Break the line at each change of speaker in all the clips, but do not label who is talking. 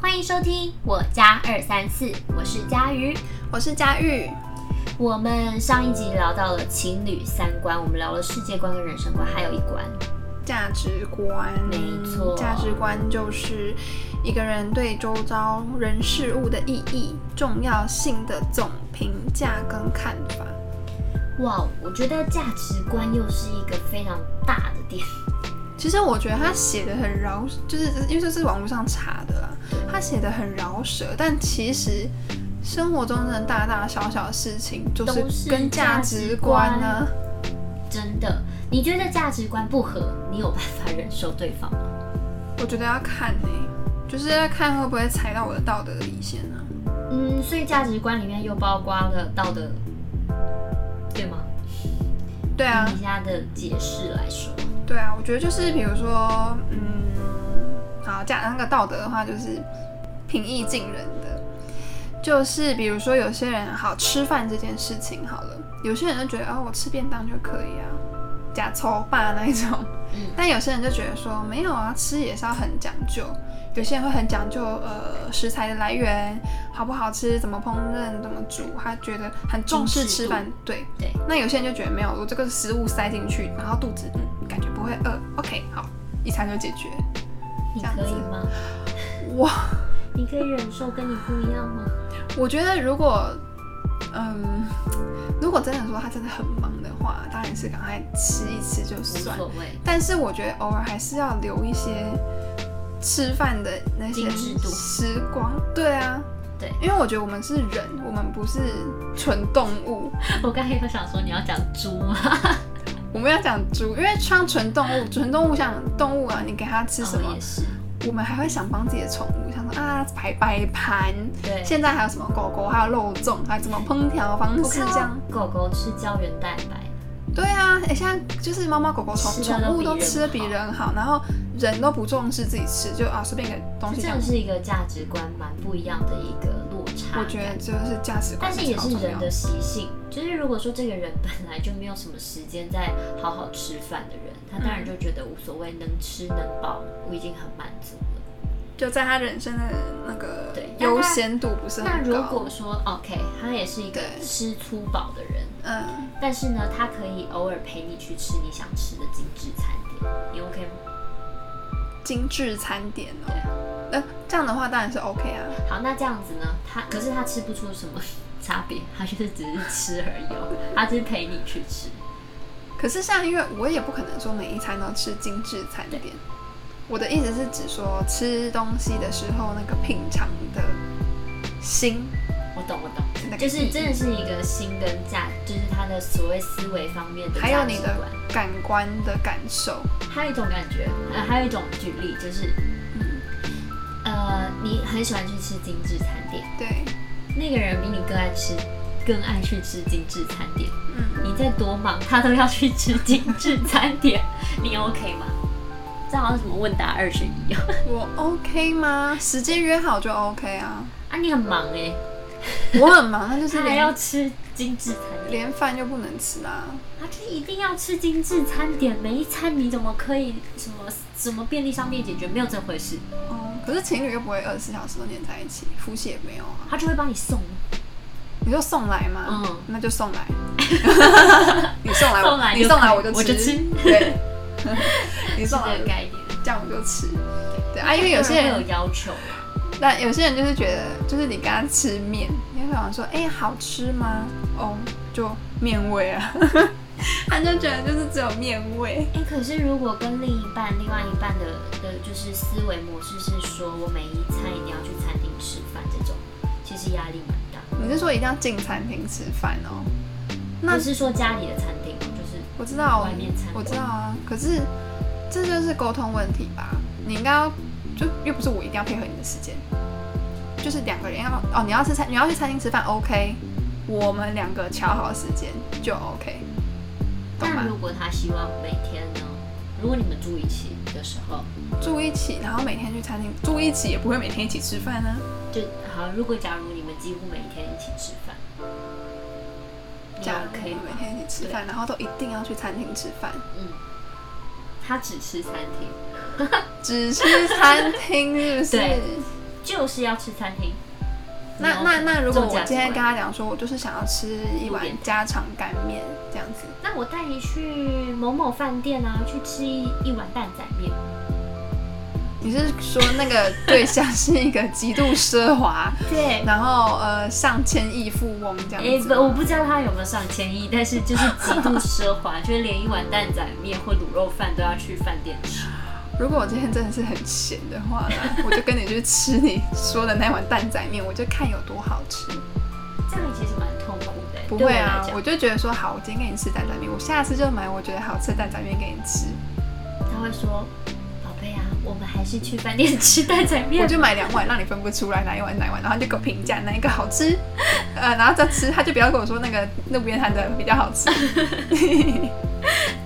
欢迎收听我家二三四，我是佳瑜。
我是佳玉，
我们上一集聊到了情侣三观，我们聊了世界观跟人生观，还有一关。
价值观，
没错
价值观就是一个人对周遭人事物的意义、重要性的总评价跟看法。
哇，我觉得价值观又是一个非常大的点。
其实我觉得他写的很饶，就是因为这是网络上查的啦，他写的很饶舌，但其实生活中的大大小小事情，就
都是
是跟
价
价
值
值
观
观呢。
真的，你觉得价值观不合，你有办法忍受对方吗？
我觉得要看呢、就是要看会不会踩到我的道德底线啊呢、
嗯，所以价值观里面又包括了道德，对吗？
对啊，
以你现在的解释来说，
对啊，我觉得就是比如说，嗯，好，讲那个道德的话，就是平易近人的，就是比如说有些人好吃饭这件事情好了，有些人就觉得哦，我吃便当就可以啊，假抽霸那一种，
嗯
但有些人就觉得说没有啊，吃也是要很讲究。有些人会很讲究，呃，食材的来源好不好吃，怎么烹饪，怎么煮，他觉得很重视
精致
吃
度
饭，对，
对，
那有些人就觉得没有，我这个食物塞进去，然后肚子嗯感觉不会饿，OK，好，一餐就解决。
你
这样
可以
子
吗？
哇，
你可以忍受跟你不一样吗？
我觉得如果嗯，如果真的说他真的很忙的话，当然是赶快吃一吃就
无
算。
所谓，
但是我觉得偶尔还是要留一些吃饭的那些
精致度
时光。对啊，
对
因为我觉得我们是人，我们不是纯动物。
我刚才有想说你要讲猪吗？
我们要讲猪，因为像纯动 物，纯动物像动物啊，你给它吃什么
哦、也是，
我们还会想帮自己的宠物，想说啊摆摆盘。
对。
现在还有什么狗狗，还有肉粽，还有怎么烹调方
我
式
看
这样？
到狗狗吃胶原蛋白，
对啊，哎、现在就是猫猫狗狗宠
吃的
宠
都比
物都
人
吃的比
好
人好，然后人都不重视自己吃，就啊随便给东
这
西这
真
样
的。是一个价值观蛮不一样的一个落差。
我觉得，这就是价值观
但
超
是
重
也
要，
是人的习性，就是如果说这个人本来就没有什么时间在好好吃饭的人，他当然就觉得无所谓，能吃能饱，我已经很满足了。
就在他人生的那个
对那
优
他
先度不是
那
很
如
高
果。说哦 OK，他也是一个
对
吃粗饱的人，
嗯，
但是呢，他可以偶尔陪你去吃你想吃的精致餐点，你 OK 吗？
精致餐点
对啊
哦，那、这样的话当然是 OK 啊。
好，那这样子呢？他可是他吃不出什么 差别，他就是只是吃而已哦， 他只是陪你去吃。
可是像因为我也不可能说每一餐都吃精致餐点，我的意思是指说吃东西的时候那个品尝的心，
我懂，我懂，
那个
就是
意义
真的是一个心跟价，就是他的所谓思维方面的
还有
价
你
值
的
观。
感官的感受，
还有一种感觉，呃，还有一种举例就是，
嗯，
呃，你很喜欢去吃精致餐点，
对，
那个人比你更爱吃，更爱去吃精致餐点，
嗯，
你再多忙，他都要去吃精致餐点， 你 OK 吗？这好像什么问答二选一哦。
我 OK 吗？时间约好就 OK 啊，
啊，你很忙哎、
我很忙，那就是
他还要
连
吃精致餐点，
连饭就不能吃啊，
他就是一定要吃精致餐点，每一餐你怎么可以什么什么便利商店解决？没有这回事，
哦，可是情侣又不会二十四小时都黏在一起，夫妻也没有啊，
他就会帮你送，
你就送来吗？
嗯
那 就送来，你送来我，
送来就
你送来
可以
我就吃，
我就吃
对， 你
是
送来
这个概念。
这样我就吃。对啊，因为有些
会有
人，
要求，
但有些人就是觉得，就是你跟他吃面，你会想说，哎、好吃吗？哦，就面味啊， 他就觉得就是只有面味。
哎、可是如果跟另一半、另外一半的的，就是思维模式是说我每一餐一定要去餐厅吃饭这种，其实压力蛮大。
你是说一定要进餐厅吃饭哦？那
不是说家里的餐厅哦，就是
我知道
外面餐，
我知道啊，可是这就是沟通问题吧？你应该要就又不是我一定要配合你的时间，就是两个人要哦，你要吃餐，你要去餐厅吃饭，OK，我们两个瞧好时间就 OK，懂吗
那？如果他希望每天呢，如果你们住一起的时候，
住一起，然后每天去餐厅住一起，也不会每天一起吃饭啊。
就好，如果假如你们几乎每天一起吃饭，你
假如
OK
每
吗？
天一起吃饭，然后都一定要去餐厅吃饭，
嗯，他只吃餐厅，
只吃餐厅是不是？
对就就是要吃餐厅。
那那那，如
这
果
种
我
价值
今天
观
跟他讲说，我就是想要吃一碗
路边
家常干面这样子，
那我带你去某某饭店啊，去吃一一碗蛋仔面。
你是说那个对象是一个极度奢 华，
对，
然后呃上千亿富翁这
哎、
样子
不，我
吗？
不知道他有没有上千亿，但是就是极度奢华，就是连一碗蛋仔面或卤肉饭都要去饭店吃。
如果我今天真的是很闲的话啦，我就跟你去吃你说的那碗蛋仔面，我就看有多好吃。
这样其实蛮痛苦的、
不
对
会
我来
啊，
讲
我就觉得说好，我今天给你吃蛋仔面，我下次就买我觉得好吃的蛋仔面给你吃，
他会说：“宝贝啊，我们还是去饭店吃蛋仔
我
面。
就买两碗，让你分不出来哪一碗哪一碗，然后你就给我评价哪一个好吃，呃，然后再吃，他就不要跟我说那个路边摊的比较 好吃。”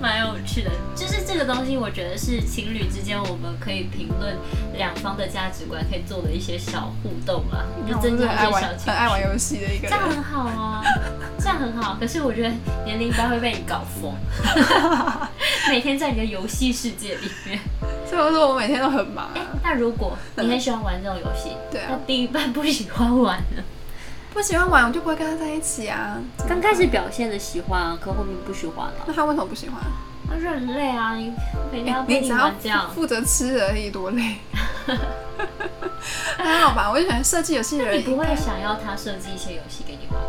蛮有趣的，就是这个东西，我觉得是情侣之间我们可以评论两方的价值观，可以做的一些小互动啊，就增
很
加
爱
一些
玩
小情
很爱玩
趣。
游戏的一个
这
人
样。很好啊，这样很好。可是我觉得年龄大会被你搞 疯，每天在你的游戏世界里 面。哎
所以我说我每天都很忙啊，
那如果你很喜欢玩这种游戏，
对啊
那另一半不喜欢玩呢？
不喜欢玩我就不会跟他在一起啊。
刚开始表现的喜欢啊，可后面不喜欢了、啊
那他为什么不喜欢？
那就很累啊，你每天要
哎你
陪
只
你
要
玩这样
负，负责吃而已，多累。还好吧，我就喜欢设计游戏的
你
人
不
应
会
该
想要他设计一些游戏给你玩？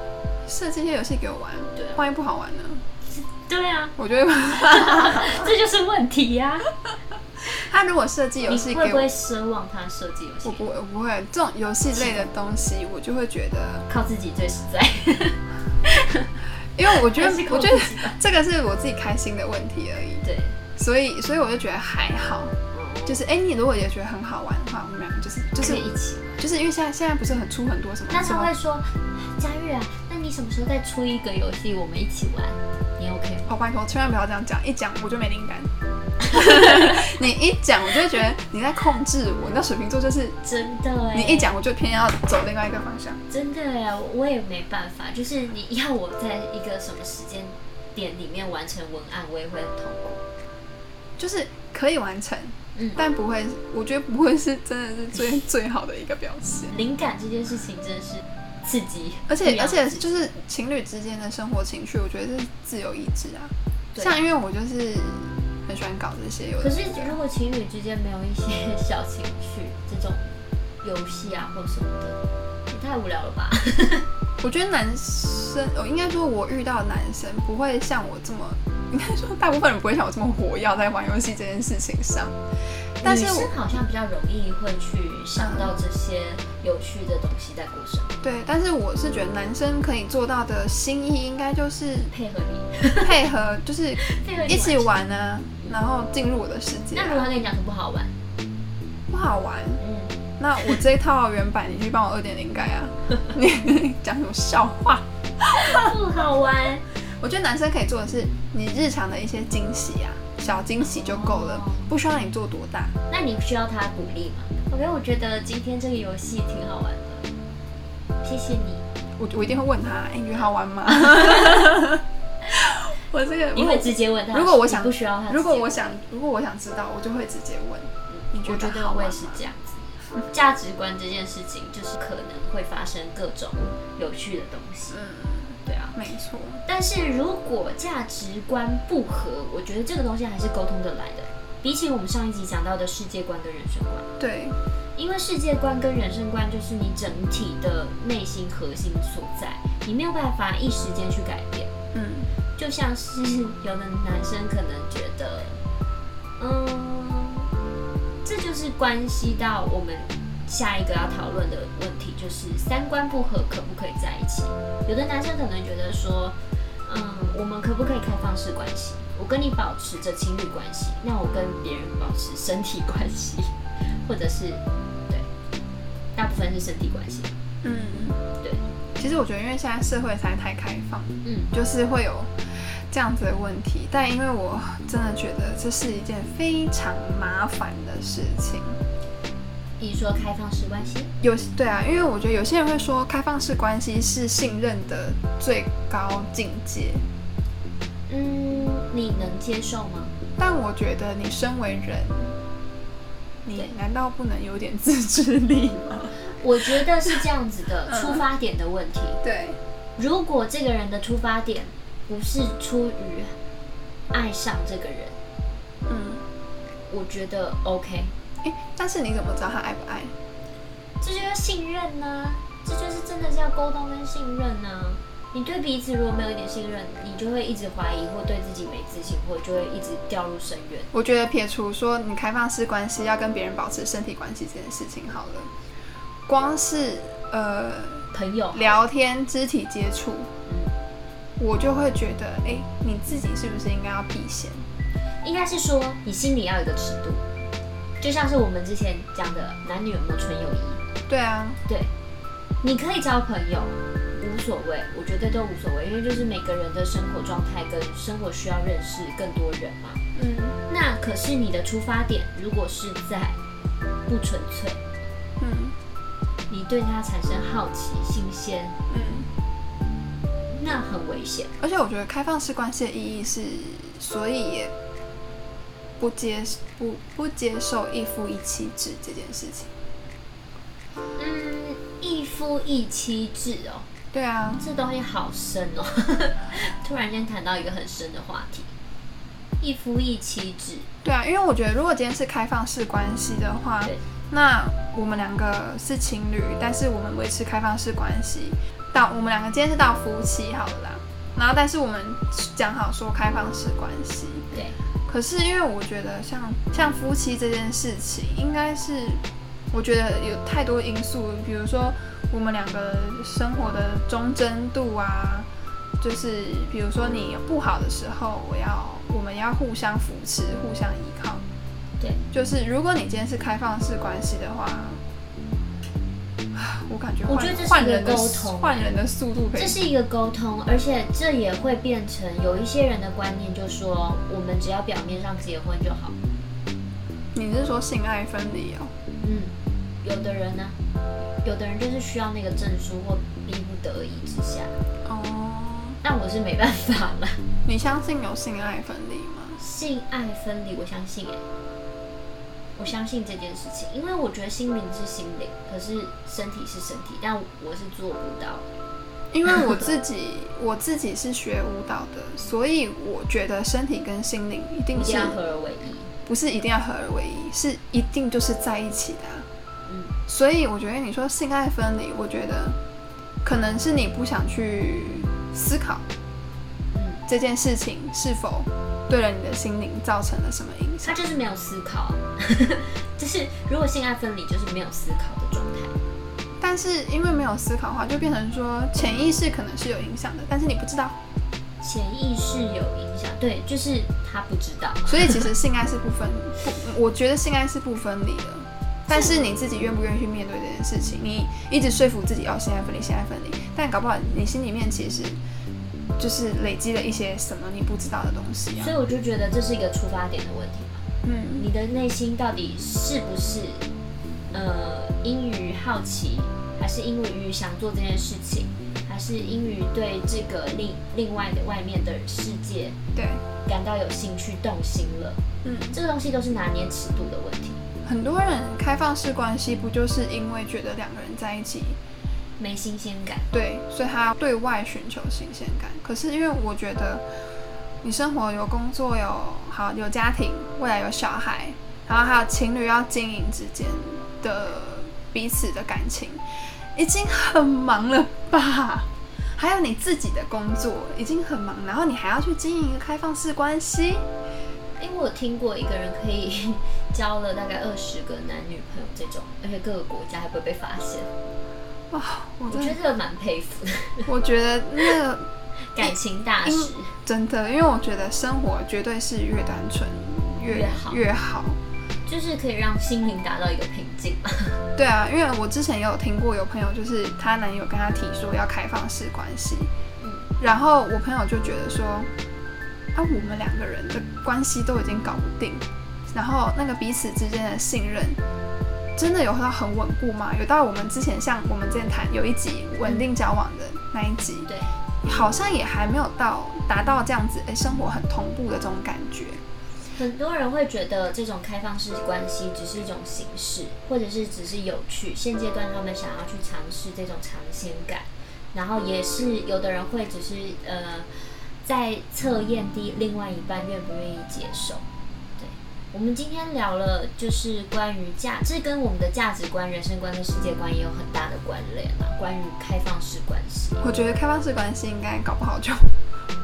设计一些游戏给我玩，
对啊
万一不好玩呢？
对啊，
我觉得
这就是问题呀、
他如果设计 游
你
戏
会
给
不会
我，
奢望他设计游
我
戏？
不会，我不会这种游戏类的东西，我就会觉得，
靠自己最实在。
因为我觉得
还是，靠
我觉得
自己吧
这个是我自己开心的问题而已，
对，
所以，所以我就觉得还好。
嗯
就是哎、诶你如果也觉得很好玩的话，我们两个就是就
就是是一起。
就是因为现在现在不是很出很多什么
那
什
他
么
会说，佳玉啊，那你什么时候再出一个游戏，我们一起玩？你 OK 吗？
哦，拜托，千万不要这样讲，一讲我就 没灵感。你一讲，我就会觉得你在控制我。那水瓶座就是
真的哎、
你一讲，我就偏要走另外一个方向。
真的哎，我也没办法，就是你要我在一个什么时间点里面完成文案，我也会很痛苦。
就是可以完成，
嗯，
但不会，我觉得不会是真的是最最好的一个表现。
灵感这件事情真的是刺激，
而
不一
且
样
而
的
且
刺激
就是情侣之间的生活情趣，我觉得是自由意志啊。
对
像因为我就是很喜欢搞这些，有的
可是
没的
如果情侣之间没有一些小情绪，这种游戏啊或什么的，也太无聊了吧？
我觉得男生，我应该说，我遇到的男生不会像我这么，应该说大部分人不会像我这么火药在玩游戏这件事情上。但是
女
我
生好像比较容易会去想到这些有趣的东西在过生活，
对，但是我是觉得男生可以做到的心意，应该就是
配合你，
配合，就是
配合你
一起。玩啊，然后进入我的世界啊、
那如果他跟你讲说不好玩，
不好玩，
嗯，
那我这一套原版你去帮我二点零改 啊。你讲什么笑话？
不好玩，
我觉得男生可以做的是，你日常的一些惊喜啊，小惊喜就够了
哦，
不需要你做多大。
那你需要他鼓励吗？OK，我觉得今天这个游戏挺好玩的，谢谢你。
我我一定会问他，哎、你觉得好玩 吗？我这个，
你会直接问他，
如果我想
你不需要他直接问，
如果我想，如果我想知道，我就会直接问。你觉
我觉
得嗯
得
好
我
玩
也是
吗？
这样子。价值观这件事情，就是可能会发生各种有趣的东西，
嗯，
对啊。
没错，
但是如果价值观不合，我觉得这个东西还是沟通得来的。比起我们上一集讲到的世界观跟人生观，
对，
因为世界观跟人生观就是你整体的内心核心所在，你没有办法一时间去改变。
嗯，
就像是有的男生可能觉得，嗯，这就是关系到我们下一个要讨论的问题，就是三观不合可不可以在一起？有的男生可能觉得说，嗯，我们可不可以开放式关系？我跟你保持着情侣关系，那我跟别人保持身体关系， 或者是对，大部分是身体关系，
嗯，
对，
其实我觉得，因为现在社会才太开放，
嗯，
就是会有这样子的问题。但因为我真的觉得这是一件非常麻烦的事情。
你说开放式关系，
有对啊，因为我觉得有些人会说开放式关系是信任的最高境界，
嗯，你能接受吗？
但我觉得你身为人，你
对
难道不能有点自制力吗？
我觉得是这样子的，
嗯
出发点的问题。
对，
如果这个人的出发点不是出于爱上这个人，
嗯，
我觉得 OK，
哎，但是你怎么知道他爱不爱？
这就是信任呢、这就是真的是要沟通跟信任呢、你对彼此如果没有一点信任，你就会一直怀疑，或对自己没自信，或就会一直掉入深渊。
我觉得撇除说你开放式关系要跟别人保持身体关系这件事情好了，光是呃
朋友，
聊天、肢体接触，
嗯，
我就会觉得，哎，你自己是不是应该要避嫌？
应该是说你心里要有一个尺度，就像是我们之前讲的男女有没有纯友谊，
对啊，
对，你可以交朋友，无所谓，我觉得都无所谓，因为就是每个人的生活状态跟生活需要认识更多人嘛。
嗯
那可是你的出发点如果是在不纯粹，
嗯
你对他产生好奇、新鲜，
嗯。
那很危险。
而且我觉得开放式关系的意义是，所以也不接不不接受一夫一妻制这件事情。
嗯，一夫一妻制哦，
对啊，
这东西好深哦。 突然间谈到一个很深的话题，一夫一妻制，
对啊，因为我觉得如果今天是开放式关系的话
对，
那我们两个是情侣，但是我们维持开放式关系，到我们两个今天是到夫妻好了啦。然后，但是我们讲好说开放式关系，
对，
可是因为我觉得像像夫妻这件事情，应该是我觉得有太多因素，比如说我们两个生活的忠贞度啊，就是比如说你不好的时候，我要我们要互相扶持、互相依靠。
对，
就是如果你今天是开放式关系的话。 啊我感觉
我
换
觉得这是一个
换人的
沟通
换人的速度可以
这是一个沟通，而且这也会变成有一些人的观念，就说我们只要表面上结婚就好。
你是说性爱分离哦？
嗯，有的人呢，有的人就是需要那个证书或逼不得已之下，
哦，
那我是没办法了。
你相信有性爱分离吗？
性爱分离，我相信耶，我相信这件事情，因为我觉得心灵是心灵，可是身体是身体，但我是做不到。
因为我自 己我自己是学舞蹈的，所以我觉得身体跟心灵一定
一
是
定要合而为一，
不是一定要合而为一，是一定就是在一起的啊、
嗯
所以我觉得你说性爱分离，我觉得可能是你不想去思考
嗯，
这件事情是否对了你的心灵造成了什么影响
他。就是没有思考， 就是如果性爱分离，就是没有思考的状态。
但是因为没有思考的话，就变成说潜意识可能是有影响的，但是你不知道。
潜意识有影响，对，就是他不知道。
所以其实性爱是不分，不，我觉得性爱是不分离的。但是你自己愿不愿意去面对这件事情？你一直说服自己哦，性爱分离，性爱分离，但搞不好你心里面其实就是累积了一些什么你不知道的东西啊
所。以我就觉得这是一个出发点的问题嘛，
嗯，
你的内心到底是不是呃因于好奇，还是因于想做这件事情，还是因于对这个另另外的外面的世界
对，
感到有兴趣动心了？
嗯，
这个东西都是拿捏尺度的问题，
很多人开放式关系不就是因为觉得两个人在一起，
没新鲜感。
对，所以他要对外寻求新鲜感。可是因为我觉得，你生活有工作有好有家庭，未来有小孩，然后还有情侣要经营之间的彼此的感情，已经很忙了吧？ 还有你自己的工作已经很忙，然后你还要去经营一个开放式关系，
因为我听过一个人可以 交了大概二十个男女朋友这种，而且各个国家还不会被发现，
哇！我
我
真
觉得
的，
这个蛮佩服的。
我觉得那个
感情大
因
师，
真的，因为我觉得生活绝对是越单纯
越好
越好
就是可以让心灵达到一个平静嘛。
对啊，因为我之前也有听过有朋友，就是她男友跟她提说要开放式关系，
嗯
然后我朋友就觉得说，啊，我们两个人的关系都已经搞不定，然后那个彼此之间的信任，真的有到很稳固吗？有到我们之前像我们之前谈有一集稳定交往的那一集，
对，
好像也还没有到达到这样子，哎，生活很同步的这种感觉。
很多人会觉得这种开放式关系只是一种形式，或者是只是有趣。现阶段他们想要去尝试这种尝鲜感，然后也是有的人会只是呃，在测验第另外一半愿不愿意接受。对，我们今天聊了就是关于价，这跟我们的价值观、人生观跟世界观也有很大的关联啊。关于开放式关系，
我觉得开放式关系应该搞不好就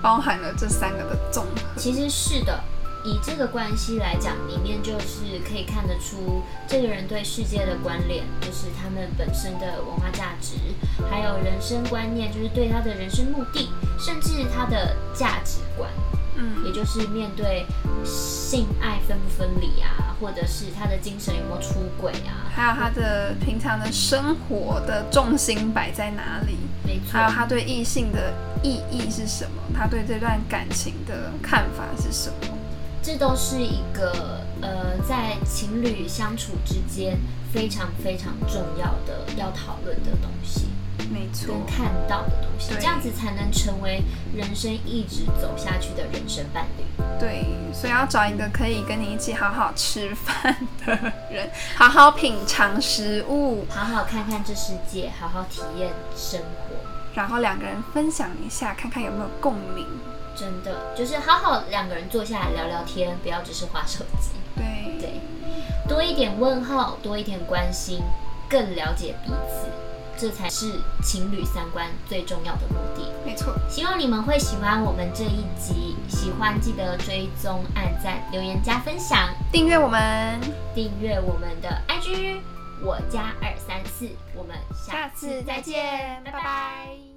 包含了这三个的综合。
其实是的，以这个关系来讲，里面就是可以看得出这个人对世界的关联，就是他们本身的文化价值，还有人生观念，就是对他的人生目的，甚至他的价值观，也
嗯，
就是面对性爱分不分离啊，或者是他的精神有没有出轨啊，
还有他的平常的生活的重心摆在哪里，
没错
还，有他对异性的意义是什么，他对这段感情的看法是什么。
这都是一个呃，在情侣相处之间非常非常重要的要讨论的东西。
没错
跟，看到的东西，
对
这样子才能成为人生一直走下去的人生伴侣。
对，所以要找一个可以跟你一起好好吃饭的人，好好品尝食物，
好好看看这世界，好好体验生活，
然后两个人分享一下，看看有没有共鸣。
真的就是好好两个人坐下来聊聊天，不要只是划手机。
对，
对，多一点问候，多一点关心，更了解彼此，这才是情侣三观最重要的目的。
没错，
希望你们会喜欢我们这一集，喜欢记得追踪、按赞、留言、加分享。
订阅我们，
订阅我们的 IG，我家二三四，我们下次再见，拜拜
拜拜